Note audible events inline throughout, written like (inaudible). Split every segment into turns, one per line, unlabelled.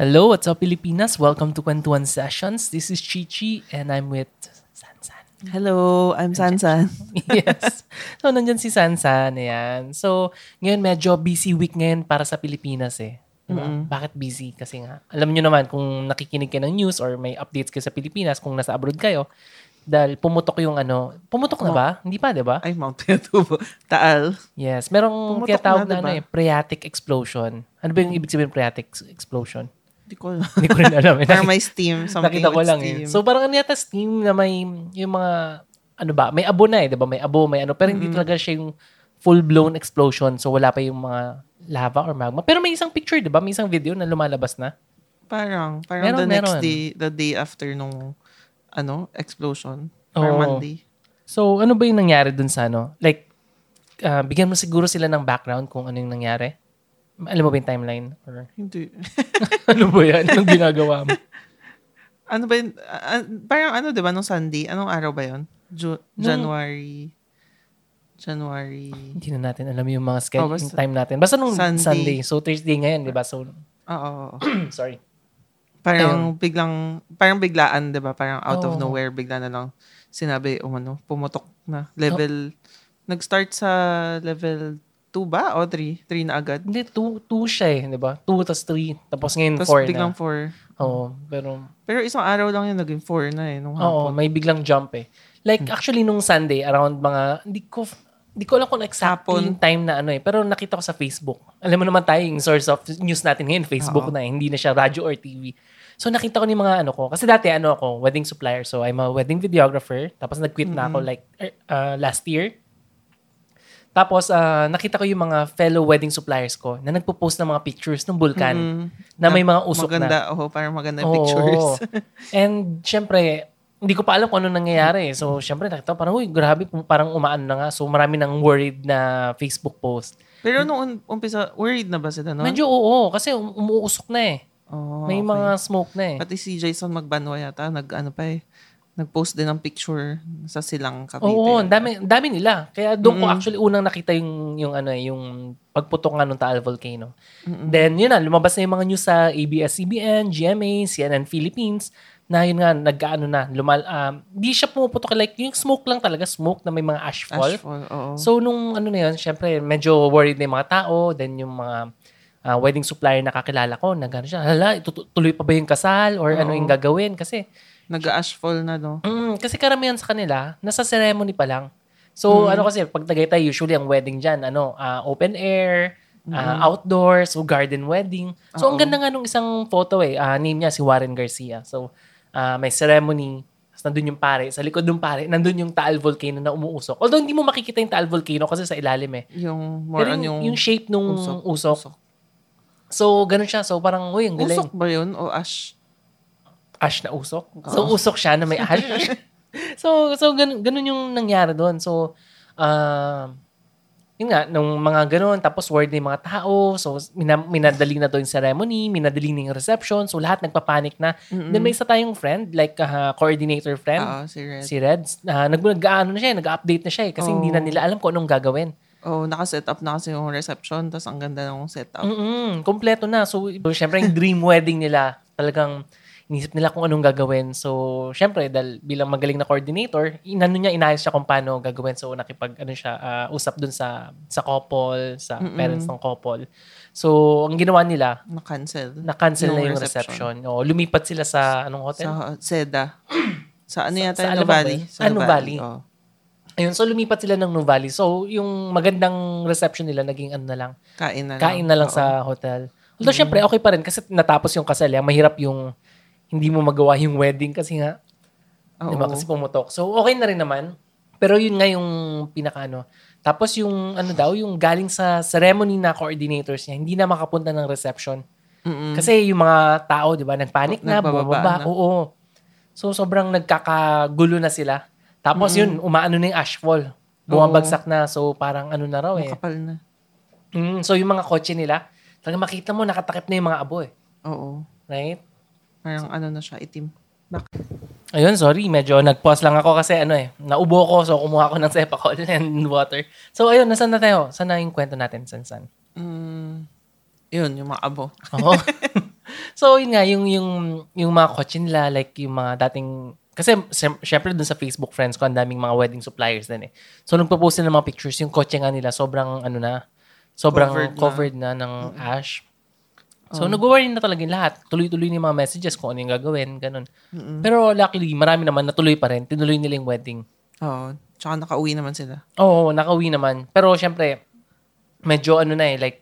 Hello, what's up Pilipinas? Welcome to Kwentuhan Sessions. This is Chichi and I'm with Sansan. (laughs)
Hello, I'm Sansan.
yes. So, nandyan si Sansan. Ayan. So, ngayon medyo busy week ngayon para sa Pilipinas eh. Diba? Bakit busy? Kasi nga, alam nyo naman kung nakikinig kayo ng news or may updates kayo sa Pilipinas kung nasa abroad kayo, dahil pumutok yung ano, pumutok
Oh.
na ba? Hindi pa, di ba?
Ay, Mount Pinatubo. Taal.
Yes, merong
Pumutok
tinatawag na,
na,
ano
diba?
eh, phreatic explosion. Ano ba yung ibig sabihin ng phreatic s- explosion?
Hindi ko
(laughs)
alam.
Hindi ko rin alam.
(laughs)
eh.
Parang may steam. Something
Nakita ko
with
lang
steam.
eh. So parang ano yata steam na may yung mga ano ba, may abo na eh, 'di ba? May abo, may ano, pero hindi talaga siya yung full-blown explosion. So wala pa yung mga lava or magma. Pero may isang picture, 'di ba? May isang video na lumalabas na.
parang, parang
Meron,
the next
meron.
day, the day after nung, ano, explosion. Or
Oo.
Monday.
So ano ba yung nangyari dun sa ano? Like ah, bigyan mo siguro sila ng background kung ano yung nangyari. Alam mo ba yung timeline? Or,
Hindi.
(laughs)
(laughs)
ano ba yan? Anong ginagawa mo?
ano ba yun? Ah, ah, parang ano, di ba, nung Sunday? Anong araw ba yun? Ju-
Nung-
January. January.
(laughs) Hindi na natin alam yung mga schedule,
Oh, basta-
yung time natin. Basta nung Sunday.
Sunday.
So, Thursday ngayon, di ba? So, (clears throat)
Oo. oo, oo.
sorry.
Parang biglang, parang biglaan, di ba? Parang out
Oo.
of nowhere, bigla na lang sinabi, umano, pumotok na.
Oh.
Level, nag-start sa level 2 ba? O 3? 3 na agad?
Hindi, two, two siya eh, di ba? Two, tas three. Tapos ngayon,
Tapos
four
biglang
na.
4.
Oo, pero,
Pero isang araw lang yun, naging 4 na eh, nung
oo,
hapon. Hmm.
may biglang jump eh. Like, actually, nung Sunday, around mga, hindi ko, hindi ko alam kung exactly
Hapon.
yung time na ano eh. Pero nakita ko sa Facebook. Alam mo naman tayo, yung source of news natin ngayon, Facebook
Oo.
na eh. Hindi na siya radio or TV. So, nakita ko ni mga ano ko. Kasi dati, ano ako, wedding supplier. So, I'm a wedding videographer. Tapos, nag-quit na ako
Mm-hmm.
like er, uh, last year. Tapos, ah, nakita ko yung mga fellow wedding suppliers ko na nagpo-post ng mga pictures ng bulkan
Mm,
na may mga usok na.
maganda, oh, parang maganda
Oo.
pictures. (laughs)
And syempre, hindi ko pa alam kung ano nangyayari. So, syempre, nakita ko parang, uy, grabe, parang umaan na nga. So, marami nang worried na Facebook post.
Pero nung un- umpisa, worried na ba sila, no?
Medyo oo, kasi um- umuusok na eh.
Oo,
May
okay.
mga smoke na eh.
Pati si Jason Magbanwa yata, nag, ano pa eh, nag-post din ng picture sa silang Cavite.
Oo, ang dami, ang dami nila. Kaya doon ko
Mm-mm.
actually unang nakita yung, yung, ano, eh, yung pagputok nga ng Taal Volcano.
Mm-mm.
Then, yun na, lumabas na yung mga news sa ABS-CBN, GMA, CNN Philippines, na yun nga, nag-ano na, lumal, um, di siya pumuputok. Like, yung smoke lang talaga, smoke na may mga ash fall.
Ashfall, oo.
So, nung ano na yun, syempre, medyo worried na yung mga tao. Then, yung mga ah, wedding supplier na kakilala ko, na gano'n siya, hala, tutu- tuloy pa ba yung kasal? Or ano
Oo.
yung gagawin? Kasi,
Nag-ashfall na, no?
mm, kasi karamihan sa kanila, nasa ceremony pa lang. So,
Mm.
ano kasi, pag Tagaytay, usually ang wedding dyan, ano, ah, open air, ah, outdoor, so garden wedding. So, ang
Mm. Oo.
ganda nga nung isang photo eh, ah, name niya si Warren Garcia. So, ah, may ceremony, tapos nandun yung pare, sa likod ng pare, nandun yung Taal Volcano na umuusok. Although hindi mo makikita yung Taal Volcano kasi sa ilalim eh.
Yung more
Pero
on yung...
yung shape nung usok.
usok.
So, ganun siya. So, parang, uy, ang galing.
Usok ba yun? O ash?
Ash na usok. So, usok siya na may ash.
(laughs)
so, so ganun, ganun yung nangyari doon. So, ah, yun nga, nung mga ganun, tapos word na yung mga tao, so mina- minadali na doon yung ceremony, minadali na yung reception, so lahat nagpapanik na. Then may isa tayong friend, like ah, coordinator friend,
Oo, Ah, si Red.
si Reds, na nag nag-ano na siya, eh, nag-update na siya eh, kasi hindi na
Oh.
nila alam kung anong gagawin.
Oo, Oh, naka-set up na kasi yung reception. Tapos ang ganda ng setup.
Mm. Mm-mm, kompleto na. So, so, syempre, yung dream wedding nila, talagang inisip nila kung anong gagawin. So, syempre, dahil bilang magaling na coordinator, inano niya, inayos siya kung paano gagawin. So, nakipag, ano siya, ah, usap dun sa, sa couple, sa
Mm-mm.
parents ng couple. So, ang ginawa nila,
Na-cancel.
na-cancel na
Yung
yung reception. O, lumipat sila sa, anong hotel?
Sa Seda. sa ano
Sa-
yata
sa
yung
Alabang ba
Nuvali?
yun? Ah, Nuvali.
Oo.
Ayun, so lumipat sila ng Nuvali. So, yung magandang reception nila, naging ano na lang,
Kain na lang.
Kain na lang
Oo. Mm.
sa hotel. Although, syempre, okay pa rin kasi natapos yung kasal. eh. Mahirap yung hindi mo magawa yung wedding kasi nga,
Oo.
di ba, kasi pumutok. So, okay na rin naman. Pero yun nga yung pinakaano. Tapos yung ano daw, yung galing sa ceremony na coordinators niya, hindi na makapunta ng reception.
Mm-mm.
Kasi yung mga tao, di ba, nagpanik na,
Nagbababa
bumababa.
Mm. na.
Oo. So, sobrang nagkakagulo na sila.
Mm.
Tapos yun, umaano na yung ashfall. Bumabagsak na. So, parang ano na raw eh.
Makapal na.
Mm, so yung mga kotse nila, talagang makita mo nakatakip na yung mga abo eh.
Oo.
Right?
Parang ano na siya, itim. Bakit?
Ayun, sorry. Medyo nag-pause lang ako kasi ano eh, naubo ko. So kumuha ko ng Sepacol and water. So ayun, nasan na tayo? Saan na yung kwento natin? San san?
Mm, yun, yung mga abo.
Oo. (laughs) So, yun nga, yung, yung, yung mga kotse nila, like yung mga dating, kasi sy- syempre dun sa Facebook friends ko, ang daming mga wedding suppliers din eh. So, nagpo-post sila ng mga pictures, yung kotse nga nila, sobrang ano na, sobrang
Covered
covered,
na.
na, ng ash. So, nag-worry na talaga yung lahat. Tuloy-tuloy na yung mga messages kung ano yung gagawin, ganun. Pero luckily, marami naman natuloy pa rin. Tinuloy nila yung wedding.
Oo. Tsaka nakauwi naman sila.
Oo, nakauwi naman. Pero syempre, medyo ano na eh, like,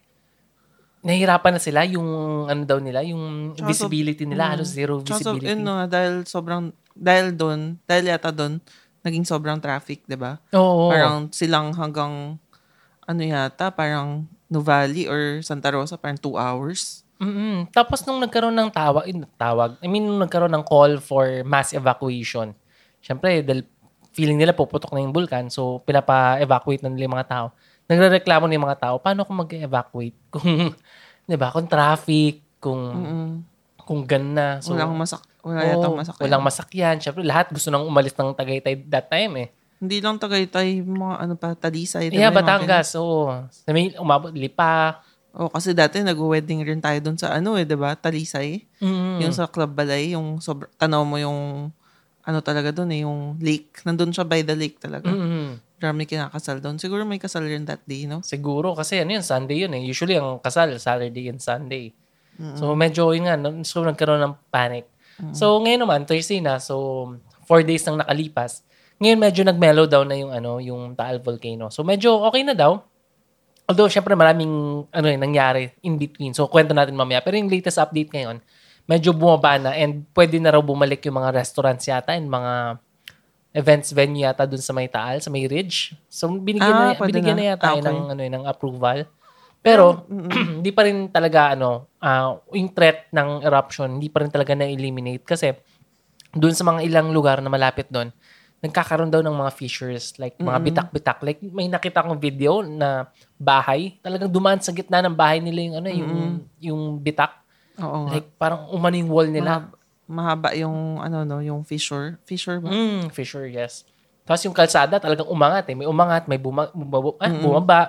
nahihirapan na sila yung ano daw nila, yung
Tsaka sob-
visibility nila,
mm,
halos zero
Tsaka so,
visibility.
yun nga, dahil sobrang, dahil doon, dahil yata doon, naging sobrang traffic, di ba?
Oo.
Parang silang hanggang, ano yata, parang Nuvali or Santa Rosa, parang two hours.
Mm-mm. Tapos nung nagkaroon ng tawag, eh, tawag, I mean, nung nagkaroon ng call for mass evacuation, syempre, dahil feeling nila puputok na yung vulkan, so pinapa-evacuate na nila yung mga tao. Nagre-reklamo na yung mga tao, paano kung mag-evacuate? Kung, (laughs) di ba, kung traffic, kung,
Mm-mm.
kung gan na. So,
wala akong masak wala
Oo,
yatang masakyan.
Walang masakyan. Syempre, lahat gusto nang umalis ng Tagaytay that time eh.
Hindi lang Tagaytay, mga ano pa, Talisay. diba,
Yeah,
yung mga
Batangas. Oo. Na May umabot, lipa.
ganun. Oo, kasi dati nag-wedding rin tayo doon sa ano eh, di ba? Talisay.
Mm.
Yung sa Club Balay, yung sobr- tanaw mo yung ano talaga doon eh, yung lake. Nandun siya by the lake talaga.
Mm-mm.
Marami kinakasal doon. Siguro may kasal rin that day, no?
Siguro kasi ano yun, Sunday yun eh. Usually ang kasal, Saturday and Sunday.
Mm-hmm.
So medyo yun nga, no- so nagkaroon ng panic. So ngayon naman, Thursday na, so four days nang nakalipas. Ngayon medyo nag-mellow down na yung ano, yung Taal Volcano. So medyo okay na daw. Although syempre maraming ano eh, nangyari in between. So kwento natin mamaya. Pero yung latest update ngayon, medyo bumaba na and pwede na raw bumalik yung mga restaurants yata and mga events venue yata dun sa may Taal, sa may Ridge. So binigyan na,
Ah, pwede
binigyan na,
na.
yata
Ah,
eh
okay.
ng ano eh, ng approval. Pero (clears throat) hindi pa rin talaga ano, ah, yung threat ng eruption hindi pa rin talaga na-eliminate kasi doon sa mga ilang lugar na malapit doon, nagkakaroon daw ng mga fissures, like
Mm.
mga bitak-bitak. Like may nakita akong video na bahay, talagang dumaan sa gitna ng bahay nila yung ano, yung yung bitak.
Oo nga.
Like parang umano yung wall nila.
Mahab- mahaba yung ano no, yung fissure. Fissure ba?
Mm, fissure, yes. Tapos yung kalsada talagang umangat eh. May umangat, may buma- bumaba, ah, bumaba.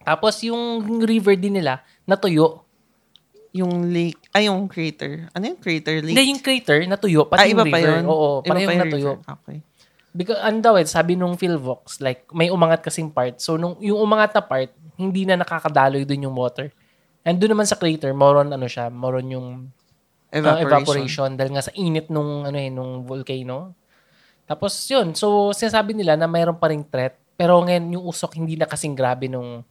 Tapos yung river din nila, natuyo.
Yung lake, ay yung crater. Ano yung crater lake?
Hindi, yung crater, natuyo. Pati
ay, Ah, iba
yung
pa
river.
yun?
Oo,
iba
parehong
pa yung
natuyo.
river. Okay.
Because, ano daw eh, sabi nung Philvox, like, may umangat kasing part. So, nung, yung umangat na part, hindi na nakakadaloy dun yung water. And doon naman sa crater, moron ano siya, moron yung uh,
Evaporation.
evaporation. Dahil nga sa init nung, ano eh, nung volcano. Tapos yun, so sinasabi nila na mayroon pa ring threat. Pero ngayon, yung usok hindi na kasing grabe nung,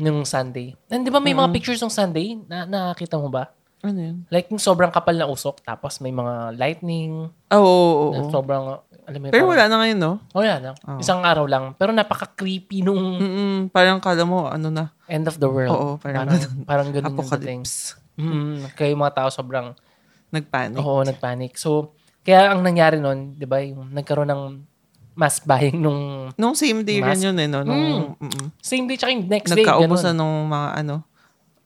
nung Sunday. And di ba may
Mm-hmm.
mga pictures ng Sunday? Na, nakakita mo ba?
Ano yun?
Like, yung sobrang kapal na usok, tapos may mga lightning,
Ah, Oo, oo, oo.
na sobrang, alam mo yun,
Pero
parang-
wala na ngayon, no?
Oh, yan. ah.
Oo.
Isang araw lang. Pero napaka-creepy nung
Mm-mm, parang kala mo, ano na,
end of the world.
Oo, parang ganun.
parang ganun yung dating.
apocalypse.
Mm, kaya yung mga tao sobrang,
Nagpanic.
oo, nagpanic. So, kaya ang nangyari nun, di ba, yung nagkaroon ng mass buying nung
Nung same day
Mas-
rin yun, eh, no? Nung, mm.
same day tsaka yung Hmm. next day.
Nagkaubusan
Ganun.
nung mga, ano,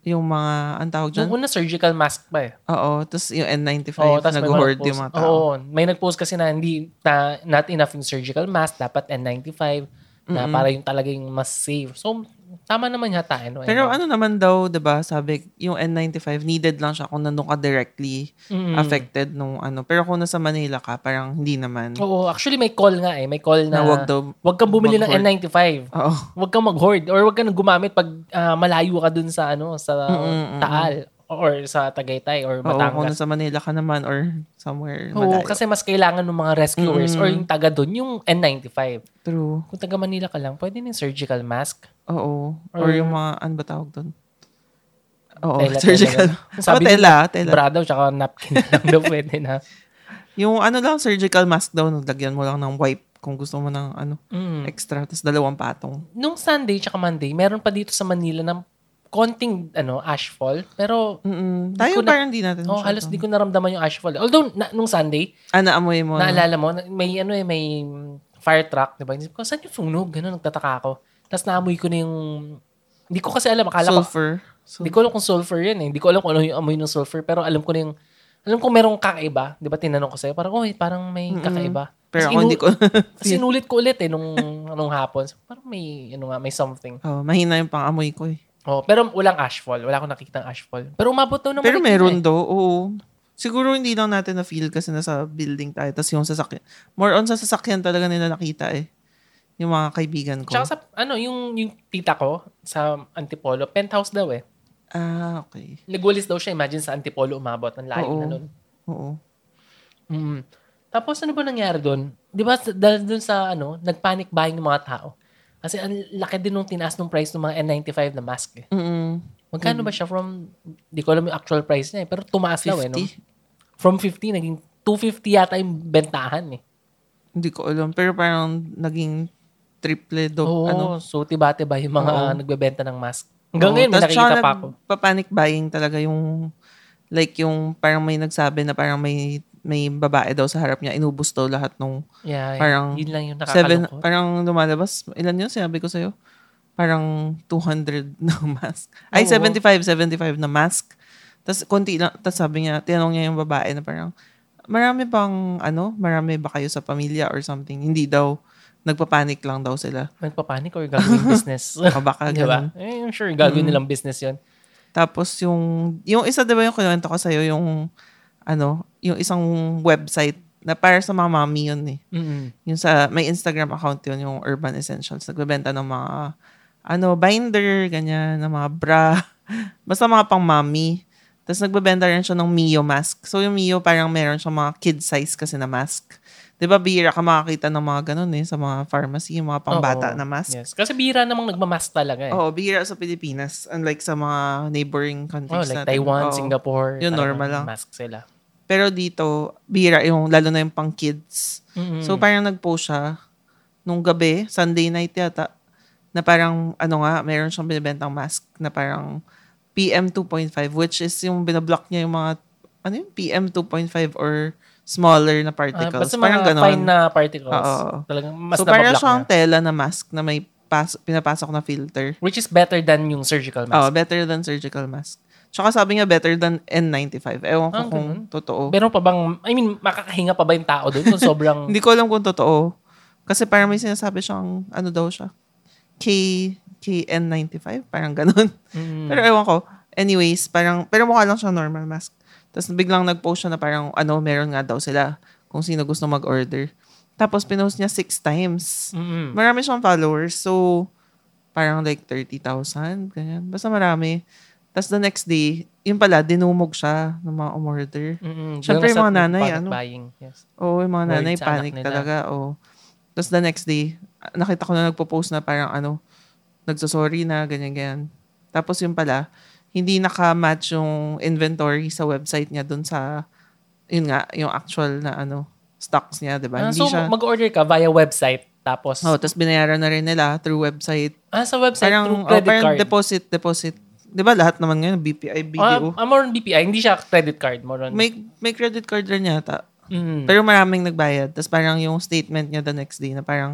yung mga, ang tawag dyan?
Yung una, surgical mask pa eh.
Oo, tapos yung N95,
Oo, tas may
nag-hoard
nagpost.
yung mga
Oo,
tao.
may nag-post kasi na hindi na not enough yung surgical mask, dapat N95 na para yung talaga yung mas safe. So, tama naman yata. eh, no? Ano?
Pero ano naman daw, 'di ba? Sabi yung N95 needed lang siya kung nandun ka directly
Mm.
affected nung ano. Pero kung nasa Manila ka, parang hindi naman.
Oo, actually may call nga eh. May call na,
Na wag daw
wag kang bumili ng
mag-hoard.
N95.
Oo.
Wag kang mag-hoard or wag kang gumamit pag ah, malayo ka dun sa ano sa
Mm,
Taal or sa Tagaytay or
Oo, kung
Batangas.
nasa Manila ka naman or somewhere
Oo,
malayo. Mm,
kasi mas kailangan ng mga rescuers or yung taga dun, yung N95.
True.
Kung taga Manila ka lang, pwede na yung surgical mask.
Oo. Or,
Or-
yung mga, ano ba tawag doon? Oo,
Tela,
surgical. (laughs)
tela, tela.
Oo,
Sabi
tela, tela.
Brado tsaka napkin (laughs) na lang daw pwede na.
Yung ano lang, surgical mask daw, no, lagyan mo lang ng wipe kung gusto mo ng ano,
Mm.
extra, tapos dalawang patong.
Nung Sunday tsaka Monday, meron pa dito sa Manila ng konting ano ashfall pero Di
Mm-mm.
ko
Tayo
na-
parang di natin
oh,
siya
halos
to.
di ko naramdaman yung ashfall. Although na, nung Sunday,
Ah, naamoy mo. no?
Naalala mo, na- may ano eh, may mm, fire truck, di ba? Inisip ko, saan yung sunog? Ganun, nagtataka ako. Tapos naamoy ko na yung, hindi ko kasi alam, akala ko,
Sulfur.
hindi ko alam kung sulfur yun eh. Hindi ko alam kung ano yung amoy ng sulfur, pero alam ko na yung, alam ko merong kakaiba. Di ba tinanong ko sa'yo, parang, oh, parang may kakaiba.
Pero
Tapos
ako
inu-
hindi ko. (laughs)
tapos (laughs) inulit ko ulit eh, nung, nung hapon. So, parang may, ano nga, may something.
oh, mahina yung pang-amoy ko eh.
Oh, pero walang ashfall. Wala akong nakikita ng ashfall. Pero umabot daw ng
Pero
Marikina
meron
eh.
daw, oo. Siguro hindi lang natin na-feel kasi nasa building tayo. Tapos yung sasakyan. More on sa sasakyan talaga nila nakita eh. Yung mga kaibigan ko.
Tsaka sa, ano, yung, yung tita ko sa Antipolo, penthouse daw eh.
ah, okay.
Nagwalis daw siya. Imagine sa Antipolo umabot. Ang layo
Oo.
na nun.
Oo.
Mm. Tapos ano ba nangyari doon? Di ba sa- dahil doon sa ano, nagpanic buying ng mga tao? Kasi ang laki din nung tinaas ng price ng mga N95 na mask eh.
Mm-mm.
Magkano
Mm.
ba siya from, di ko alam yung actual price niya eh, pero tumaas daw eh. No?
50?
From 50, naging 250 yata yung bentahan eh.
Hindi ko alam. Pero parang naging triple do.
Oo,
ano.
so tiba-tiba yung mga
Oo.
nagbebenta ng mask. Hanggang
Oo.
ngayon, may
Tas
nakikita
tsaka
pa ako.
nagpa-panic buying talaga yung like yung parang may nagsabi na parang may may babae daw sa harap niya. Inubos daw lahat nung
Yeah,
parang
yun lang yung
Seven,
nakakalungkot.
parang lumalabas. Ilan yun? Sinabi ko sa'yo. Parang 200 (laughs) na mask.
Oo.
Ay, 75, 75 na mask. Tapos konti lang. Tapos sabi niya, tinanong niya yung babae na parang, marami bang, ano, marami ba kayo sa pamilya or something? Hindi daw. Nagpapanik lang daw sila.
Nagpapanik or
(laughs)
gagawin business.
O baka
Di
Ah, ganun.
ba? Eh, I'm sure gagawin
Mm.
nilang business yun.
Tapos yung, yung isa diba yung kinuwento ko sa'yo, yung, ano, yung isang website na para sa mga mommy yun eh.
Mm-mm.
Yung sa, may Instagram account yun, yung Urban Essentials. Nagbebenta ng mga, ano, binder, ganyan, ng mga bra. (laughs) Basta mga pang mommy. Tapos nagbebenta rin siya ng Mio mask. So yung Mio parang meron siyang mga kid size kasi na mask. Di ba, bihira ka makakita ng mga ganun eh, sa mga pharmacy, yung mga pangbata
Oo.
na mask.
Yes. Kasi bihira namang nagmamask talaga eh.
Oo, bihira sa Pilipinas. Unlike sa mga neighboring countries
Oh, like
natin.
Taiwan,
Oo.
Singapore.
Yun,
talagang
normal lang.
Mask sila.
Pero dito, bihira yung, lalo na yung pang kids.
Mm-mm.
So parang nag-post siya nung gabi, Sunday night yata, na parang ano nga, meron siyang binibentang mask na parang PM 2.5 which is yung binablock niya yung mga ano yung PM 2.5 or smaller na
Ah,
particles.
basta
parang
mga
ganon.
fine na particles.
Oo.
Talagang mas
so
so,
parang
nabablock
siyang
na.
tela na mask na may pas- pinapasok na filter.
Which is better than yung surgical
Oh,
mask.
better than surgical mask. Tsaka sabi niya better than N95. Ewan ko
Ah,
kung
ganun?
totoo.
Meron pa bang, I mean, makakahinga pa ba yung tao doon kung sobrang,
(laughs) Hindi ko alam kung totoo. Kasi parang may sinasabi siyang, ano daw siya, K, KN95, parang ganun.
Mm.
Pero ewan ko. Anyways, parang, pero mukha lang siya normal mask. Tapos biglang nag-post siya na parang, ano, meron nga daw sila kung sino gusto mag-order. Tapos pinost niya six times.
Mm-mm.
Marami siyang followers. So, parang like 30,000, ganyan. Basta marami. Tapos the next day, yun pala, dinumog siya ng mga umorder.
Mm-mm.
Siyempre,
Ganun sa
mga nanay,
product
ano?
Buying. Yes.
Oo, yung mga
Worried
nanay,
sa anak
panic
nila.
talaga. Oo. Tapos the next day, ah, nakita ko na nagpo-post na parang ano, nagsasorry na, ganyan-ganyan. Tapos yung pala, hindi nakamatch yung inventory sa website niya dun sa, yun nga, yung actual na ano, stocks niya, di ba?
Ah,
hindi
so,
siya.
mag-order ka via website, tapos,
oh, tapos binayaran na rin nila through website.
ah, sa website,
parang,
through
oh,
credit
parang
card.
deposit, deposit. Di ba lahat naman ngayon, BPI,
Ah,
BDO.
ah, more on BPI, hindi siya credit card, more on,
may, may credit card rin yata.
Mm.
Pero maraming nagbayad. Tapos parang yung statement niya the next day na parang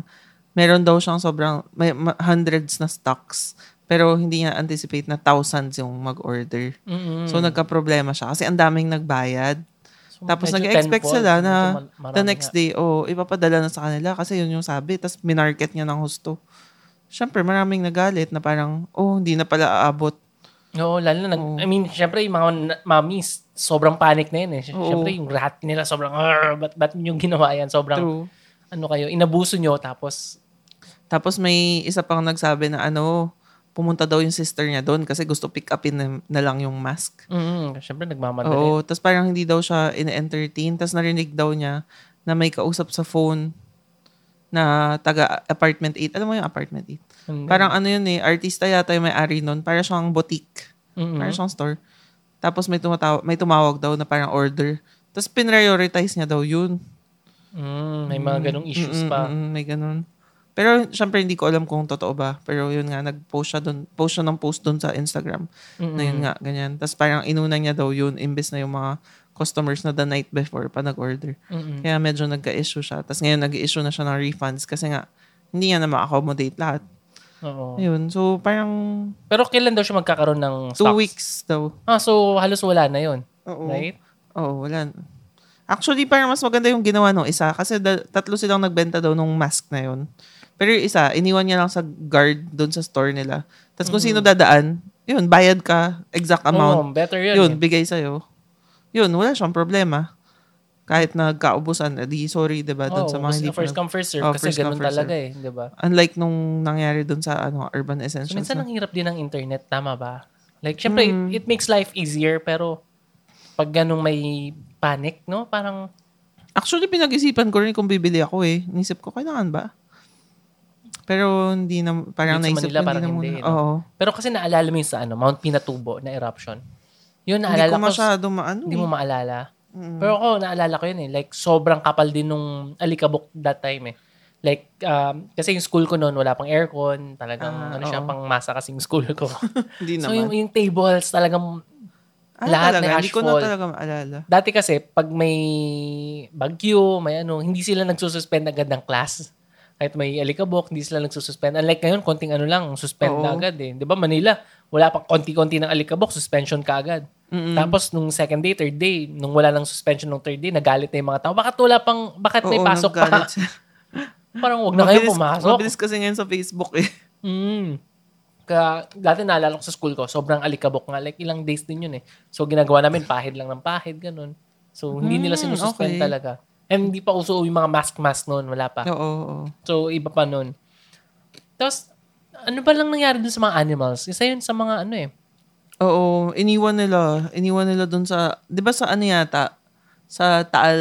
meron daw siyang sobrang may ma- hundreds na stocks. Pero hindi niya anticipate na thousands yung mag-order.
Mm-mm.
So nagka-problema siya kasi ang daming nagbayad.
So, Oh,
Tapos
medyo
nag-expect
tenfold,
sila na
medyo ma- marami
the next
nga.
day, oh, ipapadala na sa kanila kasi yun yung sabi. Tapos minarket niya ng husto. Siyempre, maraming nagalit na parang, oh, hindi na pala aabot.
Oo, lalo na, nag,
Oo.
I mean, syempre, yung mga na- mommies, sobrang panic na yun eh. Sy-
Oo.
Syempre, yung rat nila, sobrang, "Arr, ba't, ba't yung ginawa yan? Sobrang,
True.
ano kayo, inabuso nyo, tapos,
Tapos may isa pang nagsabi na ano, pumunta daw yung sister niya doon kasi gusto pick upin na, na lang yung mask.
mm, syempre, nagmamadali.
Oo, tapos parang hindi daw siya in-entertain. Tapos narinig daw niya na may kausap sa phone na taga apartment 8. Alam mo yung apartment 8?
Mm,
Parang ano yun eh, artista yata yung may-ari nun. Parang siyang boutique.
mm,
Parang siyang store. Tapos may, tumataw- may tumawag daw na parang order. Tapos pinrioritize niya daw yun.
mm, may mga ganong issues
Mm-mm,
pa.
mm-mm, may ganun. Pero syempre hindi ko alam kung totoo ba. Pero yun nga, nag-post siya doon. Post siya ng post doon sa Instagram. Na yun nga, ganyan. Tapos parang inuna niya daw yun imbes na yung mga customers na the night before pa nag-order.
Mm-mm.
Kaya medyo nagka-issue siya. Tapos ngayon nag-issue na siya ng refunds kasi nga hindi niya na ma-accommodate lahat.
Oo.
Ayun. So parang
Pero kailan daw siya magkakaroon ng
two
stocks?
weeks daw.
Ah, so halos wala na yun.
Oo.
Right?
Oo, wala. Actually, parang mas maganda yung ginawa nung isa kasi da- tatlo silang nagbenta daw nung mask na yun. Pero yung isa, iniwan niya lang sa guard doon sa store nila. Tapos kung sino dadaan, yun, bayad ka, exact amount.
Oo, better yun.
yun, bigay sa'yo. Yun, wala siyang problema. Kahit nagkaubusan, eh, di sorry, di ba,
Oo,
dun sa mga
kasi
hindi pa
first
nag-
come, first serve.
Oo,
kasi
first come,
ganun
first
talaga eh, di ba?
Unlike nung nangyari dun sa ano
So,
Urban Essentials.
minsan
na- Hmm.
ang hirap din ng internet, tama ba? Like, syempre, it- it, makes life easier, pero pag ganung may panic, no? Parang,
Actually, pinag-isipan ko rin kung bibili ako eh. Nisip ko, kailangan ba? Pero hindi na, parang
Dito sa
naisip
Manila,
ko,
parang
hindi na muna.
hindi, no?
Oo.
pero kasi naalala mo yung sa ano, Mount Pinatubo na eruption. Yun,
Hindi
naalala
ko
ko,
masyado maano.
hindi
eh.
mo maalala.
Mm.
Pero ako, naalala ko yun eh. Like, sobrang kapal din nung alikabok that time eh. Like, um, kasi yung school ko noon, wala pang aircon. Talagang,
Ah,
ano siya,
oo.
pang masa kasing school
(laughs)
ko.
Hindi
so,
naman.
yung, yung tables, talagang
ah,
lahat
talaga,
ng
hindi ko na
ashfall.
talaga maalala.
Dati kasi, pag may bagyo, may ano, hindi sila nagsususpend agad ng class. Kahit may alikabok, hindi sila nagsususpend. Unlike ngayon, konting ano lang, suspend na
Oo.
agad eh. Di ba, Manila, wala pang konti-konti ng alikabok, suspension ka agad.
Mm-mm.
Tapos, nung second day, third day, nung wala ng suspension nung third day, nagalit na yung mga tao. Bakit wala pang, bakit may
Oo,
pasok
nagalit
pa?
siya.
Parang huwag na kayo pumasok.
Mabilis kasi ngayon sa Facebook eh.
Mm. Kaya dati naalala ko sa school ko, sobrang alikabok nga. Like ilang days din yun eh. So ginagawa namin pahid lang ng pahid, ganun. So hindi nila
Mm,
sinususpend
okay.
talaga. And hindi pa uso yung mga mask-mask noon, wala pa.
Oo, oo.
So iba pa noon. Tapos, ano ba lang nangyari dun sa mga animals? Isa yun sa mga ano eh.
Oo, iniwan nila. Iniwan nila dun sa, di ba sa ano yata? Sa Taal,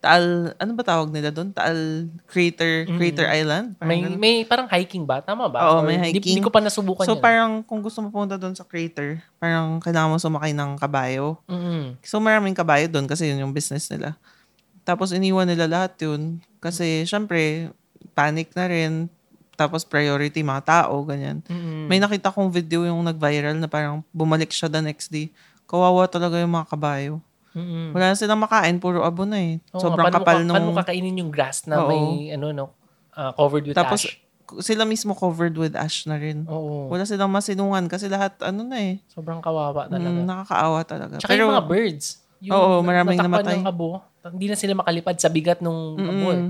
Taal, ano ba tawag nila dun? Taal Crater, Crater Island? Parang
May,
ganun.
may parang hiking ba? Tama ba?
Oo, may
di-
hiking.
Di, ko pa nasubukan
So
yun.
parang kung gusto mo pumunta doon sa crater, parang kailangan mo sumakay ng kabayo.
Mm-mm.
So maraming kabayo doon kasi yun yung business nila. Tapos iniwan nila lahat yun kasi syempre panic na rin. Tapos priority mga tao, ganyan.
Mm-mm.
May nakita kong video yung nag-viral na parang bumalik siya the next day. Kawawa talaga yung mga kabayo.
Mm-mm.
Wala na silang makain, puro abo na eh.
Mm. Oo nga,
Sobrang
paano
kapal
ka-
nung...
Paano kakainin yung grass na
Oo.
may ano no, ah, covered with
Tapos
ash?
sila mismo covered with ash na rin.
Oo.
Wala silang masinungan kasi lahat ano na eh.
Sobrang kawawa
Mm,
talaga.
nakakaawa talaga.
Tsaka yung mga birds.
Oo, maraming
natakpan
namatay.
ng abo, hindi na sila makalipad sa bigat nung
mm,
abo. eh.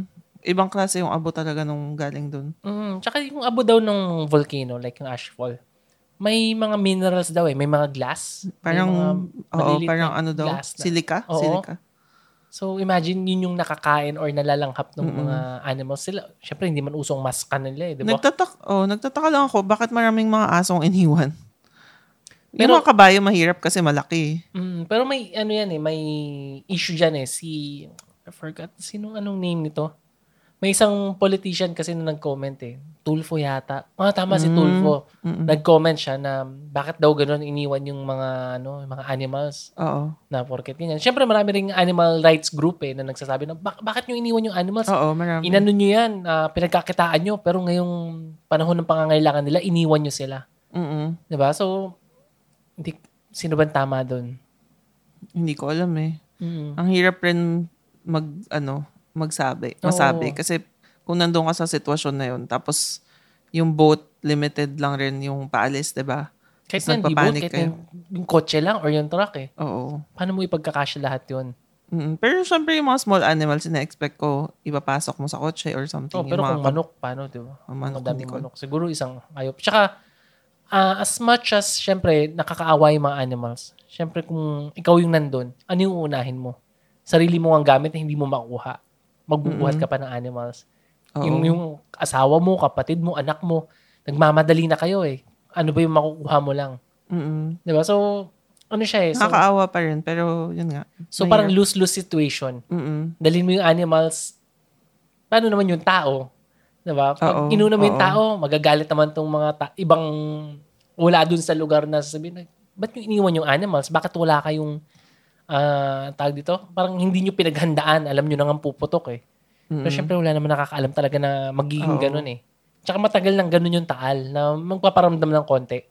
ibang klase yung abo talaga nung galing dun.
Mm, tsaka yung abo daw ng volcano, like yung ashfall, may mga minerals daw eh. May mga glass. may
Parang,
mga
oo,
maliliit
parang
na
ano daw,
glass na-
silika?
Oo.
Silika.
So imagine yun yung nakakain or nalalanghap ng
Mm-mm.
mga animals sila. Siyempre hindi man usong maska nila eh, di ba?
Nagtatak, oh, nagtataka lang ako, bakit maraming mga asong iniwan?
Pero-
yung mga kabayo mahirap kasi malaki.
Mm, pero may ano yan eh, may issue dyan eh. Si, I forgot, sinong anong name nito? May isang politician kasi na nag-comment eh. Tulfo yata. Ah, tama si
Mm.
Tulfo.
Mm-mm.
Nag-comment siya na bakit daw ganun iniwan yung mga ano, yung mga animals
Oo.
na porket ganyan. Siyempre marami ring animal rights group eh na nagsasabi na "Bak- bakit nyo iniwan yung animals?
Oo, marami.
Inano nyo yan, ah, pinagkakitaan nyo, pero ngayong panahon ng pangangailangan nila, iniwan nyo sila.
Mm-mm.
'Di ba So, hindi, sino ba tama doon?
Hindi ko alam eh.
Mm.
Ang hirap rin mag, ano, magsabi. Masabi.
Oo.
Kasi kung nandun ka sa sitwasyon na yun, tapos yung boat, limited lang rin yung paalis, di ba?
Kahit
Tapos
na hindi boat,
nagpapanik
kahit
kayo.
yung, yung kotse lang or yung truck eh.
Oo.
Paano mo ipagkakasya lahat yun?
Mm, pero syempre yung mga small animals na expect ko ipapasok mo sa kotse or something.
Oh, pero
yung mga
kung manok, paano, di ba?
Ang manok,
Madaming
hindi ko-
manok. Siguro isang hayop. Tsaka, ah, as much as, syempre, nakakaawa yung mga animals. Syempre, kung ikaw yung nandun, ano yung uunahin mo? Sarili mo ang gamit na hindi mo makuha. Magbubuhat ka pa ng animals.
Oo.
ano, Yung, yung asawa mo, kapatid mo, anak mo, nagmamadali na kayo eh. Ano ba yung makukuha mo lang?
Mm-mm.
Di ba? So, ano siya eh. So,
Nakakaawa pa rin, pero yun nga.
so parang lose-lose situation.
Mm-mm.
dalhin mo yung animals, paano naman yung tao? Diba? Pag
Oo,
inuna mo yung
oo.
tao, magagalit naman tong mga ta- ibang wala dun sa lugar na sasabihin, "Ay, ba't nyo iniwan yung animals? Bakit wala kayong ah, tawag dito? Parang hindi nyo pinaghandaan. Alam nyo na nga puputok eh. Pero syempre wala naman nakakaalam talaga na magiging
Mm-hmm. Oo.
ganun eh. Tsaka matagal nang ganun yung taal na magpaparamdam ng konti.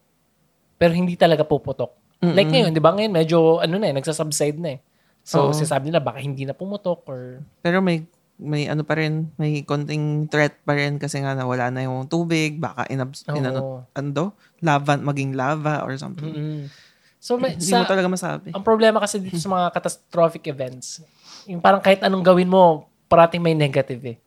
Pero hindi talaga puputok.
Mm-mm.
Like ngayon, di ba ngayon medyo ano na eh, nagsasubside na eh. So,
Oo.
sinasabi nila baka hindi na pumutok or
Pero may may ano pa rin, may konting threat pa rin kasi nga nawala na yung tubig, baka inabs-
Oo.
inano, ano daw? lava, maging lava or something.
Mm-mm. So, may,
(laughs) Hindi
sa, Ah,
mo talaga masabi.
ang problema kasi dito sa mga catastrophic events, yung parang kahit anong gawin mo, parating may negative eh.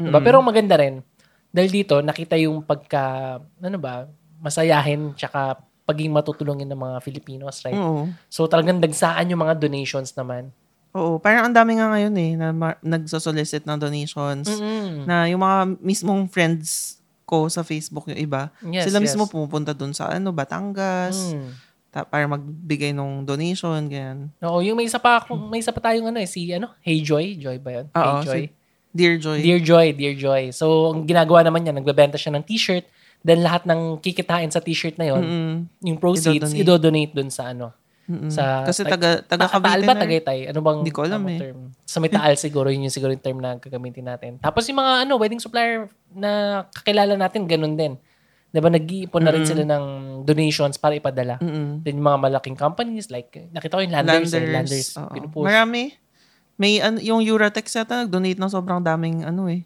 Diba?
Mm-mm.
Pero ang maganda rin, dahil dito, nakita yung pagka, ano ba, masayahin, tsaka pagiging matutulungin ng mga Filipinos, right?
Oo.
So talagang dagsaan yung mga donations naman.
Oo. Parang ang dami nga ngayon eh, na ma- nagsosolicit ng donations.
Mm-mm.
Na yung mga mismong friends ko sa Facebook, yung iba,
Yes,
sila
yes.
mismo pumupunta dun sa ano, Batangas,
Mm.
ta- para magbigay ng donation, ganyan.
Oo, yung may isa pa akong- may isa pa tayong ano eh si ano, Hey Joy, Joy ba 'yun?
Oo,
hey Joy.
si Dear Joy.
Dear Joy, Dear Joy. So ang ginagawa naman niya, nagbebenta siya ng t-shirt, then lahat ng kikitain sa t-shirt na 'yon,
Mm-mm.
yung proceeds
Idodonate.
idodonate dun sa ano.
Mm-mm.
Sa-
Kasi
like,
taga, taga
Ta- Taal
Cavite
ba?
na- eh.
Tagaytay? Ano bang
Hindi ko alam
tamang
eh.
term? Sa may Taal siguro, yun yung siguro yung term na gagamitin natin. Tapos yung mga ano, wedding supplier na kakilala natin, ganun din. Diba nag-iipon na rin sila ng donations para ipadala.
Mm-mm.
Then yung mga malaking companies like, nakita ko yung Landers, Landers, eh, Landers
oo.
pinupush.
Marami. May ano, yung Eurotex yata nag-donate ng sobrang daming ano eh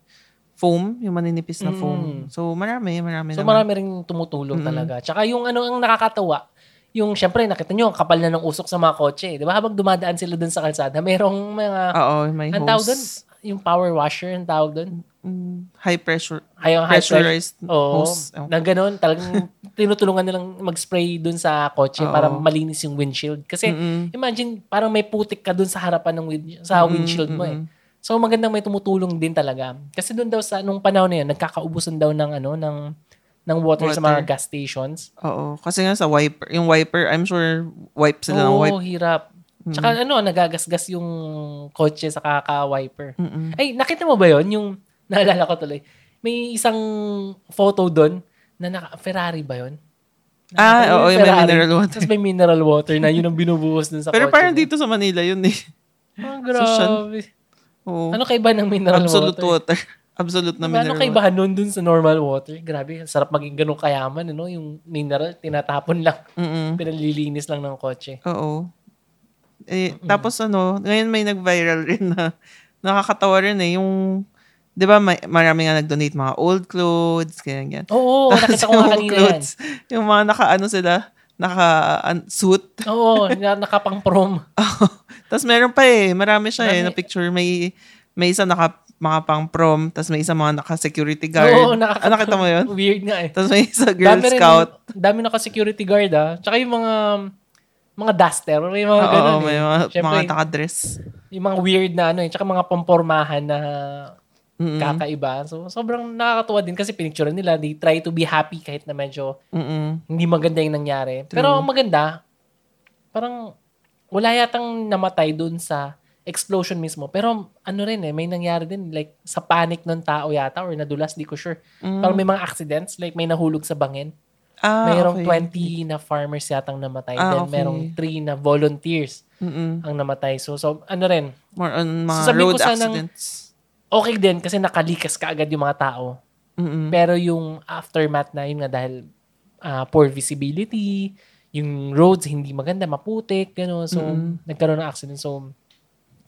foam, yung maninipis na foam.
Mm.
So marami, marami
So
naman.
marami rin tumutulong
Mm-mm.
talaga. Tsaka yung ano ang nakakatawa, yung syempre nakita nyo, ang kapal na ng usok sa mga kotse. Diba habang dumadaan sila dun sa kalsada, merong mga,
Oo, may
ang tawag dun,
hose.
yung power washer, ang tawag dun.
Mm, high pressure
Ay, yung Ah, high pressure
pressurized
Oo.
hose. Ewan ko.
Na ganun,
(laughs)
talagang tinutulungan nilang mag-spray dun sa kotse
Oo.
para malinis yung windshield. Kasi
Mm-mm.
imagine, parang may putik ka dun sa harapan ng wind, sa
Mm-mm,
windshield mo eh.
mm-mm.
So magandang may tumutulong din talaga. Kasi dun daw sa nung panahon na yun, nagkakaubusan daw ng ano ng ng water, sa mga
Water.
gas stations.
Oo, kasi nga sa wiper, yung wiper, I'm sure wipe sila ng
Oo,
wipe.
hirap. Tsaka ano, nagagasgas yung kotse sa kaka-wiper.
Mm-mm.
Ay, nakita mo ba yon Yung, (laughs) naalala ko tuloy. May isang photo doon na naka, Ferrari ba yon
Ah, oo, yung may
Ferrari.
mineral water.
Tapos may mineral water na yun ang binubuhos dun sa
Pero
kotse.
parang dito sa Manila yun eh. (laughs)
Oh,
Social.
grabe.
Oo.
Ano kaiba ng mineral
Absolute
water?
water. Absolute na
Diba,
mineral
ano kaibahan nun dun sa normal water? Grabe, ang sarap maging ganun kayaman, ano? Yung mineral, tinatapon lang. (laughs)
water. Mm-mm.
Pinalilinis lang ng kotse.
Oo. Eh, tapos ano, ngayon may nag-viral (laughs) rin na nakakatawa rin eh. Yung, di ba may, marami nga nag-donate mga old clothes, ganyan, ganyan.
Oo,
(laughs) Tapos
nakita ko nga kanina yan.
yung mga naka-ano sila, naka-suit.
Oo, na- nakapang-prom.
(laughs) tapos meron pa eh, marami siya eh,
Marami.
na picture. May, may isa naka, mga pang prom, tapos may isa mga naka-security (laughs) guard.
Oo,
ah, nakita mo yun?
(laughs) Weird nga eh.
Tapos may isa Girl
rin-
Scout.
dami naka-security guard ah. Tsaka yung mga mga duster, may mga
Ah, Oo,
ganun
may
eh.
mga,
Siyempre,
mga naka-dress.
yung mga weird na ano eh, tsaka mga pampormahan na
Mm-mm.
Mm-hmm. kakaiba. So, sobrang nakakatuwa din kasi pinicture nila. They try to be happy kahit na medyo
Mm-mm.
hindi maganda yung nangyari.
True.
Pero ang maganda, parang wala yatang namatay dun sa explosion mismo. Pero ano rin eh, may nangyari din like sa panic ng tao yata or nadulas, di ko sure.
Mm.
Parang may mga accidents, like may nahulog sa bangin.
Ah,
Mayroong 20
okay.
na farmers yatang namatay.
Ah,
then
okay.
merong 3 na volunteers
Mm-mm.
ang namatay. So, so ano rin,
More on mga
Sasabihin ko
road
sanang-
accidents.
okay din kasi nakalikas ka agad yung mga tao.
Mm-mm.
Mm-hmm. Pero yung aftermath na yun nga dahil ah, poor visibility, yung roads hindi maganda, maputik, gano'n. So,
Mm-mm.
nagkaroon ng accident. So,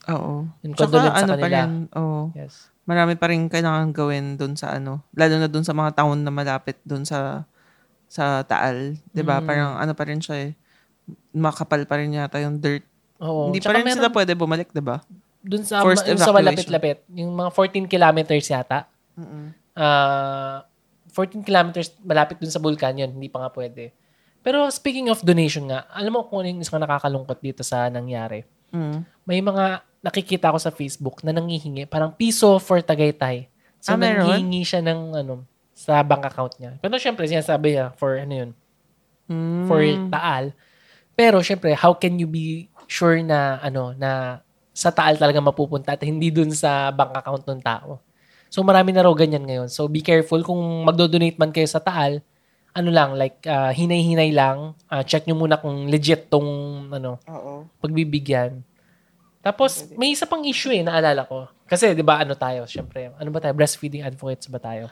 Oo.
Yung
Tsaka
condolence sa
ano pa
kanila.
rin, oo.
yes.
Marami pa rin kailangan gawin doon sa ano, lalo na doon sa mga taon na malapit doon sa sa Taal, 'di
Mm.
ba? Parang ano pa rin siya eh, makapal pa rin yata yung dirt.
Oo.
Hindi
Tsaka
pa rin
meron
sila pwede bumalik, 'di ba?
Dun sa,
forced
yung sa
evacuation.
malapit-lapit, yung mga 14 kilometers yata.
Mm-mm.
ah 14 kilometers malapit dun sa Bulkan yun, hindi pa nga pwede. Pero speaking of donation nga, alam mo kung ano yung isang nakakalungkot dito sa nangyari.
Mm.
May mga nakikita ko sa Facebook na nangihingi, parang piso for Tagaytay. So,
Ah, meron?
nangihingi siya ng ano, sa bank account niya. Pero syempre, sinasabi niya for ano yun,
Mm.
for Taal. Pero syempre, how can you be sure na ano na sa Taal talaga mapupunta at hindi dun sa bank account ng tao. So marami na raw ganyan ngayon. So be careful kung magdo-donate man kayo sa Taal, ano lang like ah, hinay-hinay lang, Ah, check nyo muna kung legit tong ano
Oo.
pagbibigyan. Tapos may isa pang issue eh naalala ko. Kasi 'di ba ano tayo, syempre, ano ba tayo breastfeeding advocates ba tayo?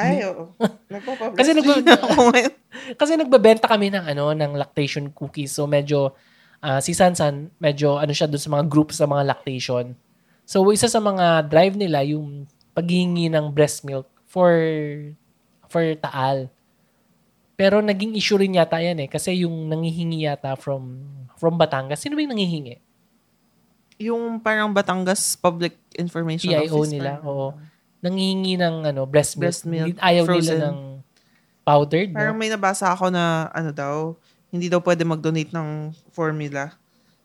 Ay, (laughs) oo. Nagpo-publish
Kasi nagpo-
na ako ngayon.
Kasi nagbebenta kami ng ano ng lactation cookies. So medyo ah, si Sansan medyo ano siya doon sa mga group sa mga lactation. So isa sa mga drive nila yung paghingi ng breast milk for for Taal. Pero naging issue rin yata yan eh kasi yung nangihingi yata from from Batangas. Sino ba yung nangihingi?
Yung parang Batangas Public Information
PIO E
Office.
nila.
parang-
Oo. Nangihingi ng ano breast milk.
Breast milk,
Ayaw nila
frozen.
ng Powdered,
Parang
no?
may nabasa ako na ano daw, hindi daw pwede mag-donate ng formula.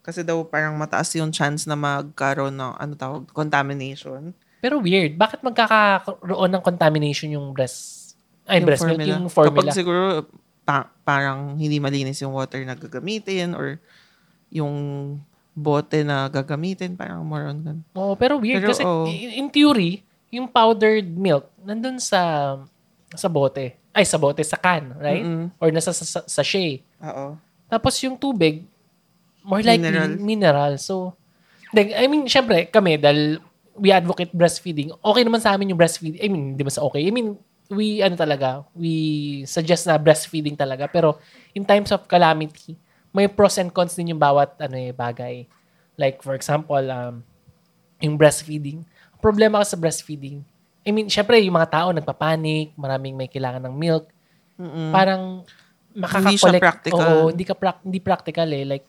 Kasi daw parang mataas yung chance na magkaroon ng ano tawag, contamination.
Pero weird. Bakit magkakaroon ng contamination yung breast... Ay,
Yung
breast milk, yung formula.
Kapag siguro pa- parang hindi malinis yung water na gagamitin or yung bote na gagamitin, parang more on ganun.
Oo, pero weird.
Pero, oh.
kasi
oo.
i- in theory, yung powdered milk, nandun sa sa bote. Ay, sa bote, sa can, right?
Mm-mm.
Or nasa sa, sa, sachet.
Oo.
Tapos yung tubig, more likely
Mineral.
mineral. So, then, I mean, syempre, kami, dahil we advocate breastfeeding, okay naman sa amin yung breastfeeding. I mean, di ba sa okay? I mean, we, ano talaga, we suggest na breastfeeding talaga. Pero, in times of calamity, may pros and cons din yung bawat ano eh, bagay. Like, for example, um, yung breastfeeding. Problema ka sa breastfeeding. I mean, syempre, yung mga tao nagpapanik, maraming may kailangan ng milk
Mm-mm.
parang makakakollect.
Hindi siya practical.
Oo, hindi, ka prac- hindi practical eh. Like,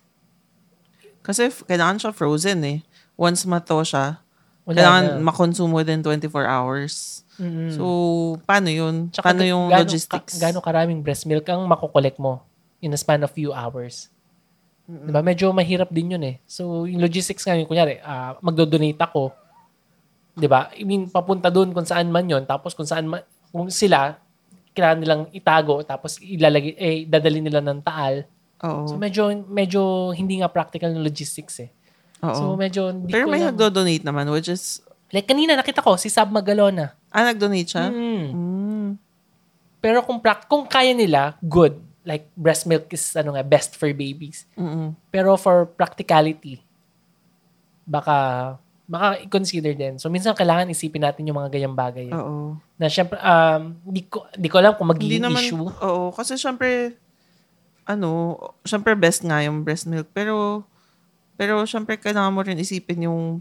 Kasi f- kailangan siya frozen eh. Once mato siya,
wala
kailangan
na.
makonsume within 24 hours.
Mm-mm.
So, paano yun?
Tsaka
paano
ga-
ano yung
gaano-
logistics?
Ka, gaano karaming breast milk ang makokollect mo in a span of few hours.
Mm-mm.
Diba? Medyo mahirap din yun eh. So, yung logistics nga yun, kunyari, ah, magdo-donate ako. Diba? I mean, papunta doon kung saan man yun. Tapos kung saan man, kung sila, kailangan nilang itago. Tapos ilalagay, eh, dadali nila ng taal.
Oo.
So, medyo, medyo hindi nga practical yung logistics eh.
oo.
So, medyo hindi
Pero
ko
may
alam.
nagdo-donate naman, which is,
Like kanina nakita ko si Sab Magalona.
ah, nag-donate siya?
Mm.
Mm.
Pero kung prac- kung kaya nila, good. Like breast milk is ano nga best for babies.
Mm-mm.
Pero for practicality, baka baka i-consider din. So minsan kailangan isipin natin yung mga ganyang bagay.
Oo.
Na syempre um di ko di ko alam kung
Oh. Hindi
magiging
naman,
issue.
oo. Kasi syempre, ano, syempre best nga yung breast milk. Pero, pero syempre kailangan mo rin isipin yung,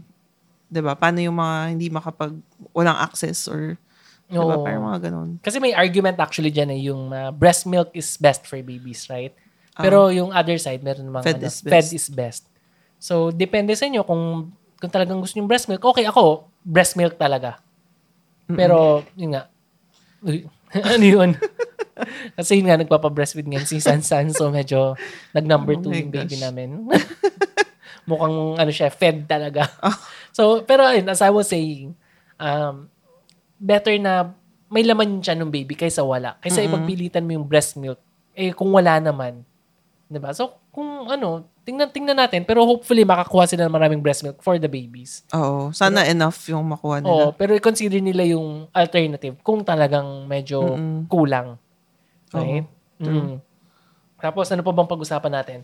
di ba, paano yung mga hindi makapag, walang access or, di ba,
Oo.
parang mga ganun.
Kasi may argument actually dyan eh, yung uh, breast milk is best for babies, right?
Ah.
Pero yung other side, meron mga
Fed
ano,
is best.
Fed is best. So, depende sa inyo kung kung talagang gusto niyo breast milk. Okay, ako, breast milk talaga. Pero, yun nga. Uy, (laughs) ano yun? Kasi yun nga, nagpapa-breastfeed ngayon si Sansan. So, medyo nag-number
Oh
two
my
yung baby
gosh.
namin. (laughs) Mukhang, ano siya, fed talaga.
Oh.
So, pero ayun, as I was saying, um, better na may laman siya nung baby kaysa wala. Kaysa
Mm-mm.
ipagpilitan mo yung breast milk. Eh, kung wala naman. 'Di ba So, kung ano, tingnan, tingnan natin. Pero hopefully, makakuha sila ng maraming breast milk for the babies.
Oo. Sana enough yung makuha
Oo,
nila.
pero i-consider nila yung alternative kung talagang medyo
Mm-mm.
kulang.
Oo,
Right? Mm. Tapos ano pa bang pag-usapan natin?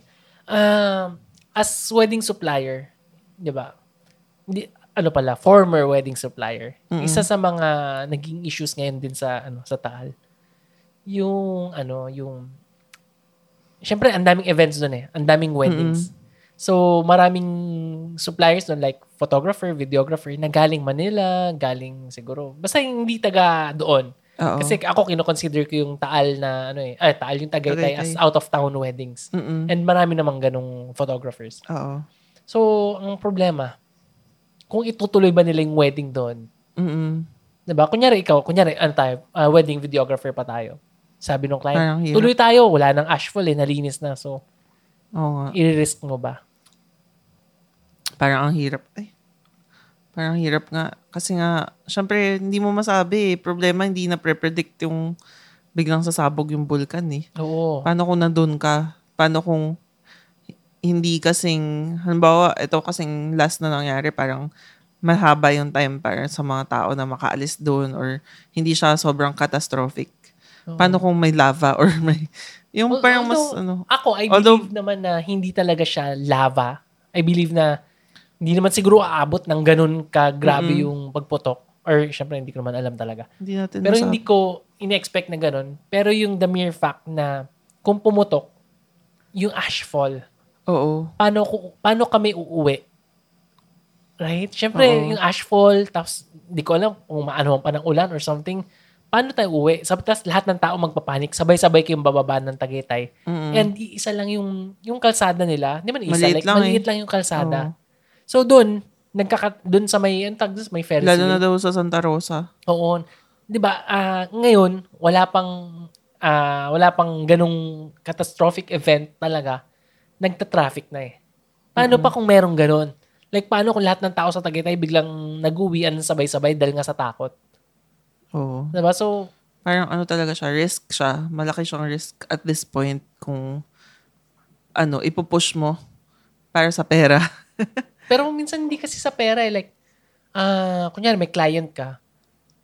Um, as wedding supplier, 'di ba? Hindi ano pala, former wedding supplier.
Mm-mm.
Isa sa mga naging issues ngayon din sa ano sa Taal. Yung ano, yung Siyempre, ang daming events doon eh. Ang daming weddings. So, maraming suppliers doon like photographer, videographer na galing Manila, galing siguro. Basta yung hindi taga doon.
Oo.
Kasi ako kinoconsider ko yung Taal na ano eh, ay Taal yung Tagaytay
Tagaytay. Mm-hmm.
as out of town weddings.
Mm-mm.
And marami namang ganong photographers.
Oo.
So, ang problema, kung itutuloy ba nila yung wedding doon?
Mm-mm.
'Di ba? Kunyari ikaw, kunyari ano tayo, ah, wedding videographer pa tayo. Sabi nung client,
Parang hirap.
tuloy tayo, wala nang ashfall eh, nalinis na. So,
Oo nga.
i-risk mo ba?
Parang ang hirap. Ay. Parang hirap nga. Kasi nga, syempre, hindi mo masabi. eh. Problema, hindi na pre-predict yung biglang sasabog yung vulkan eh.
Oo.
Paano kung nandun ka? Paano kung hindi kasing, halimbawa, ito kasing last na nangyari, parang mahaba yung time para sa mga tao na makaalis doon or hindi siya sobrang catastrophic.
Oo.
Paano kung may lava or (laughs) may, yung
Al-
parang mas,
although,
ano,
Ako, I
Although-
believe naman na hindi talaga siya lava. I believe na hindi naman siguro aabot ng ganun ka-grabe
Mm-mm.
yung pagputok. Or syempre, hindi ko naman alam talaga.
hindi natin
Pero
masabi.
hindi ko in-expect na ganun. Pero yung the mere fact na kung pumutok, yung ashfall,
Oo.
paano, ko, paano kami uuwi? Right? Siyempre,
Oo.
yung ashfall, tapos hindi ko alam kung maano pa ng ulan or something. Paano tayo uuwi? Sabi tas lahat ng tao magpapanik. Sabay-sabay kayong bababa ng Tagaytay.
Mm-mm.
And isa lang yung yung kalsada nila. Hindi man isa,
Maliit
like,
lang eh.
maliit lang yung kalsada.
Oo.
So doon, nagkaka doon sa may ang tag doon sa may ferris
Lalo na
wheel.
daw sa Santa Rosa.
Oo. 'Di ba? ah, ngayon, wala pang ah, wala pang ganong catastrophic event talaga, nagta-traffic na eh. Paano pa kung merong ganon? Like, paano kung lahat ng tao sa Tagaytay biglang nag-uwian sabay-sabay dahil nga sa takot?
Oo.
Diba? So,
Parang ano talaga siya, risk siya. Malaki siyang risk at this point kung ano, ipupush mo para sa pera.
pero minsan hindi kasi sa pera eh. Like, ah, kunyari may client ka,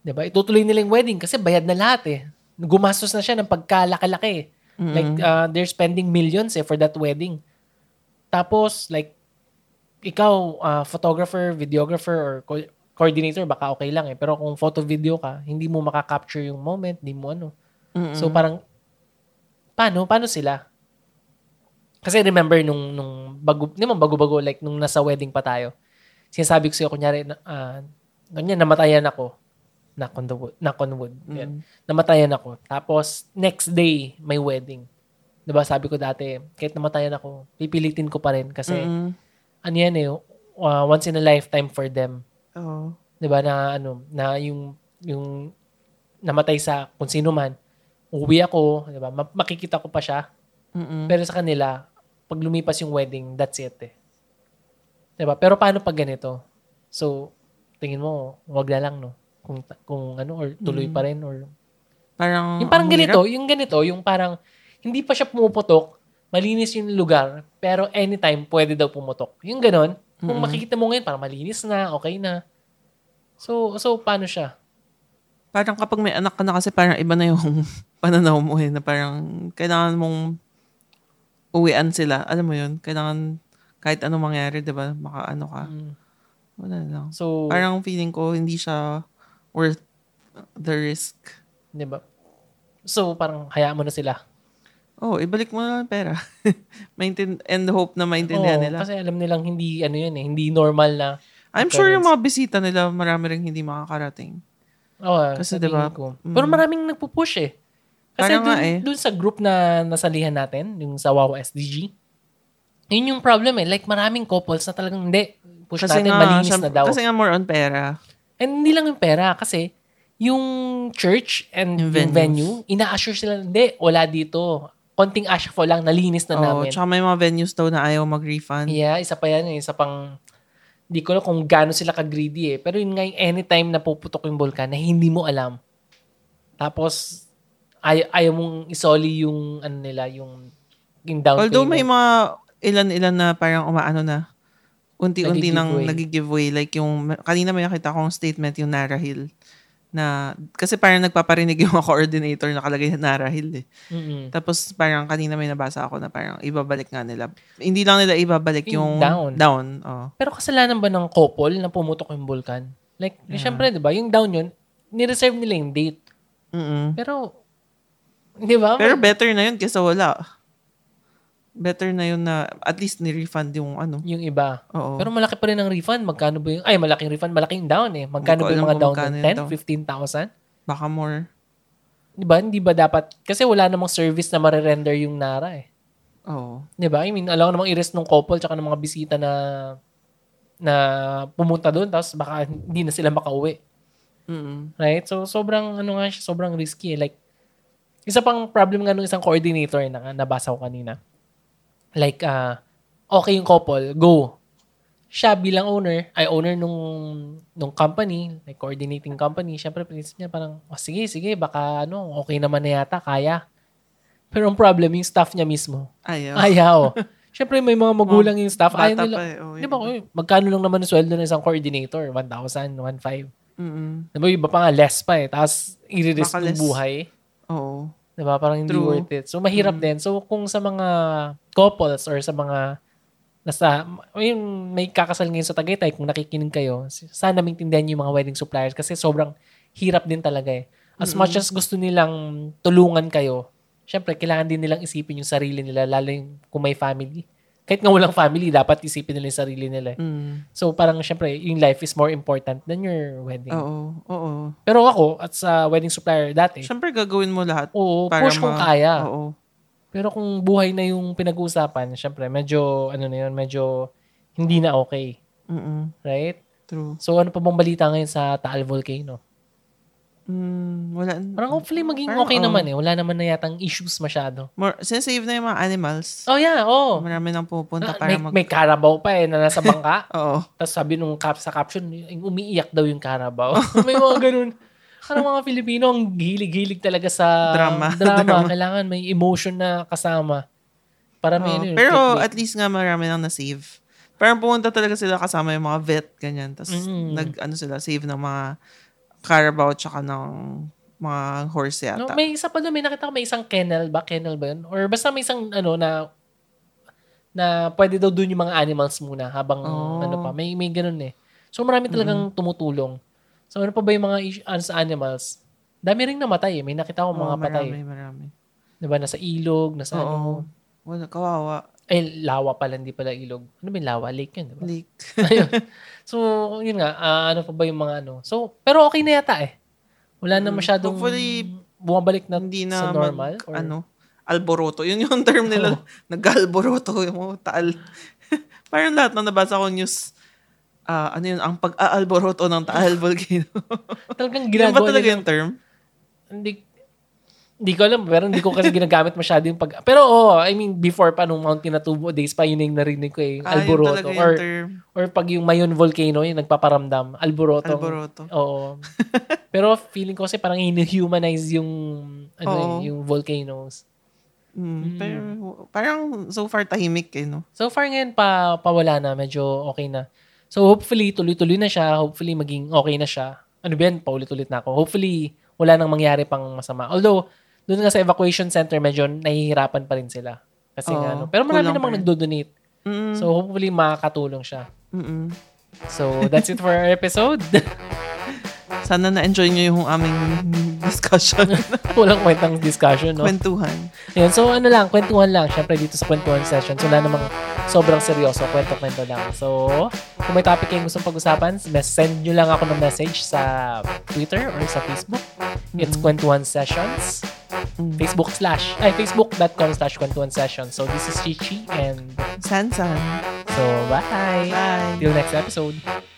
diba? Itutuloy nila yung wedding kasi bayad na lahat eh. Gumastos na siya ng pagkalaki-laki eh. (laughs)
Mm-hmm.
Like, ah, they're spending millions eh for that wedding. Tapos, like, ikaw, ah, photographer, videographer, or co- coordinator, baka okay lang eh. Pero kung photo-video ka, hindi mo makakapture yung moment, hindi mo ano.
Mm-mm.
So parang paano paano sila? Kasi remember nung nung bago, di man bago-bago like nung nasa wedding pa tayo. Sinasabi ko sa'yo kunyari na ah, ganyan namatayan ako. Knock on the wood. Knock on wood.
Mm-hmm.
Yan. Namatayan ako. Tapos next day may wedding. 'Di ba sabi ko dati, kahit namatayan ako, pipilitin ko pa rin kasi
Mm-mm.
ano yan eh, ah, once in a lifetime for them.
Oo.
'di ba na ano na yung yung namatay sa kung sino man uwi ako 'di ba ma- makikita ko pa siya
Mm-mm.
pero sa kanila pag lumipas yung wedding that's it eh 'di ba pero paano pag ganito so tingin mo wag na lang no kung ta- kung ano or tuloy pa rin or
Parang,
yung parang
Mm, ang
ganito
hirap.
yung ganito yung parang hindi pa siya pumuputok malinis yung lugar pero anytime pwede daw pumutok yung ganon kung
Mm-mm.
makikita mo ngayon parang malinis na okay na so so paano siya
Parang kapag may anak ka na kasi parang iba na yung (laughs) pananaw mo eh. Na parang kailangan mong uwian sila. Alam mo yun? Kailangan kahit anong mangyari, di ba? Maka ano ka.
Mm.
Wala lang.
So,
Parang feeling ko hindi siya worth the risk.
'di ba? So, parang hayaan mo na sila.
Oh, ibalik mo na lang yung pera. (laughs) Maintain and hope na maintindihan
Oo,
nila.
Kasi alam nilang hindi ano 'yun eh, hindi normal na.
I'm sure yung mga bisita nila, marami rin hindi makakarating.
Oh,
Kasi,
kasi 'di
di ba,
Ko.
mm.
Pero maraming nagpo-push eh. Kasi
Parang
dun,
nga eh.
dun sa group na nasalihan natin, yung sa Wawa SDG, yun yung problem eh. Like, maraming couples na talagang hindi. Push
Kasi
natin,
nga,
malinis na
syem-
daw.
kasi nga more on pera.
And hindi lang yung pera kasi yung church and
Yung
yung venue, ina-assure sila, hindi, wala dito. Konting ashfall lang, nalinis na
Oo,
namin.
tsaka may mga venues daw na ayaw mag-refund.
Yeah, isa pa yan. eh, Isa pang, di ko alam kung gaano sila ka-greedy eh. Pero yun nga yung anytime na puputok yung volcan na hindi mo alam. Tapos, ay ayaw mong isoli yung, ano nila, yung, yung down
Although may
payment.
mga ilan-ilan na parang umaano na. Unti-unti nang
Nagi-giveaway.
nagigiveaway. Like yung, kanina may nakita kong statement yung Narahil. Na, kasi parang nagpaparinig yung mga coordinator nakalagay na Narahil eh.
Mm-mm.
Tapos parang kanina may nabasa ako na parang ibabalik nga nila. Hindi lang nila ibabalik
Yung
yung,
down.
down. Oh.
Pero kasalanan ba ng couple na pumutok yung volcan? Like, eh, syempre, di ba, yung down yun, nireserve nila yung date.
Mm-mm.
Pero, di ba?
Pero better na yun kaysa wala. Better na yun na at least ni-refund yung ano.
yung iba.
Oo.
Pero malaki pa rin ang refund. Magkano ba yung... Ay, malaking refund. Malaking down eh. Magkano
Hindi ko
ba yung
alam
mga
kung
down?
magkano yung down.
10? 15,000?
Baka more.
Di ba? Hindi ba dapat... Kasi wala namang service na marirender yung Nara eh.
Oo.
Di ba? I mean, alam ko namang i-risk ng couple tsaka ng mga bisita na na pumunta doon tapos baka hindi na sila makauwi.
Mm-mm.
Right? So, sobrang ano nga siya, sobrang risky eh. Like, isa pang problem nga nung isang coordinator na nabasa ko kanina. Like, ah, okay yung couple, go. Siya bilang owner, ay owner nung, nung company, like coordinating company, syempre pinisip niya parang, oh, sige, sige, baka ano, okay naman na yata, kaya. Pero ang problem, yung staff niya mismo.
Ayaw. (laughs)
Ayaw. syempre may mga magulang yung staff. Ayaw
Oh. Bata
nila.
pa eh. Oo,
Di ba, uy, magkano lang naman ang sweldo ng isang coordinator? 1,000, 1,500.
Mm-mm.
Diba, yung iba pa nga, less pa eh. Tapos, i-risk
Baka
yung
less.
buhay.
Oo.
Diba, parang hindi
True. Mm.
worth it. So, mahirap din. So, kung sa mga couples or sa mga nasa, yung may kakasal ngayon sa Tagaytay, kung nakikinig kayo, sana maintindihan niyo yung mga wedding suppliers kasi sobrang hirap din talaga eh. As much as gusto nilang tulungan kayo, syempre, kailangan din nilang isipin yung sarili nila, lalo yung kung may family. Kahit nga walang family, dapat isipin nila yung sarili nila. eh.
Mm.
So, parang syempre, yung life is more important than your wedding.
Oo. Oo.
Pero ako, at sa wedding supplier dati,
Siyempre gagawin mo lahat.
oo, push kung
ma-
kaya.
Oo.
Pero kung buhay na yung pinag-uusapan, syempre, medyo, ano na yun, medyo hindi na okay.
Mm-mm.
Right?
True.
So, ano pa bang balita ngayon sa Taal Volcano?
Mm, wala.
Parang hopefully maging
Parang,
okay
oh.
naman eh. Wala naman na yatang issues masyado.
More, sinasave na yung mga animals.
Oh yeah, oh.
Marami nang
Ah,
pupunta para
may,
mag...
may Carabao pa eh na nasa
(laughs)
bangka.
Oo.
Tapos sabi nung cap sa caption, yung umiiyak daw yung Carabao. (laughs) may mga ganun. Parang mga Filipino, ang hilig-hilig talaga sa
Drama. (laughs)
drama.
Drama.
Kailangan may emotion na kasama. Para may
Oo.
ano yun,
Pero
clickbait.
at least nga marami nang na-save. Parang pumunta talaga sila kasama yung mga vet, ganyan. Tapos
Mm.
nag, ano sila, save ng mga Carabao tsaka ng mga horse yata.
No, may isa pa doon, may nakita ko, may isang kennel ba? Kennel ba yun? Or basta may isang ano na na pwede daw doon yung mga animals muna habang
Oh. Mm-hmm.
ano pa. May, may ganun eh. So marami talagang tumutulong. So ano pa ba yung mga is- ano sa animals? Dami ring namatay eh. May nakita ko
Oo,
mga patay.
Marami, marami.
Diba? Nasa ilog, nasa
Oo.
ano.
Wala, kawawa.
Ay, Eh, lawa pala, hindi pala ilog. Ano ba yung lawa? Lake yun,
(laughs)
diba?
Leak.
Ayun. so, yun nga. ah, ano pa ba yung mga ano? So, pero okay na yata eh. Wala na
Mm,
masyadong
hopefully,
bumabalik na
Hindi
sa
na
normal.
mag,
or-
ano, alboroto. Yun yung (laughs) term nila. Nag-alboroto yung mga taal. (laughs) Parang lahat na nabasa ko news. ah, ano yun, ang pag-aalboroto ng Taal (laughs) Volcano.
(laughs) Talagang
Yun ba
ginagawa
talaga
nila.
yung term?
Hindi, hindi ko alam, pero hindi ko kasi ginagamit masyado yung pag... Pero oo, I mean, before pa nung Mount Pinatubo days pa, yun yung narinig ko eh, yung
Ah, yun
Alboroto.
talaga yung
or,
term.
or pag yung Mayon Volcano, yung nagpaparamdam, Alboroto.
Alboroto.
Oo. pero feeling ko kasi parang hini-humanize yung, ano, eh,
Oo.
yung volcanoes.
Mm,
Mm.
Pero parang so far tahimik eh, no?
So far ngayon pa pawala na, medyo okay na. So hopefully tuloy-tuloy na siya, hopefully maging okay na siya. Ano ba yan? Paulit-ulit na ako. Hopefully wala nang mangyari pang masama. Although doon nga sa evacuation center medyo nahihirapan pa rin sila. Kasi nga,
Oo,
ano, pero marami
kulang pa
namang
rin.
nagdo-donate.
Mm,
So hopefully makakatulong siya.
mm-mm.
So that's it for our episode. (laughs)
Sana na-enjoy nyo yung aming discussion, (laughs)
Walang kwentang discussion, no?
kwentuhan.
Ayun, so ano lang, kwentuhan lang. Siyempre dito sa kwentuhan session. So wala namang sobrang seryoso. Kwento-kwento lang. So, kung may topic kayong gustong pag-usapan, mes- send nyo lang ako ng message sa Twitter or sa Facebook. It's Kwentuhan Sessions.
Mm.
Facebook slash, ay, facebook.com slash Kwentuhan Sessions. So, this is Chichi and
San-san.
so, bye!
Bye.
Till next episode.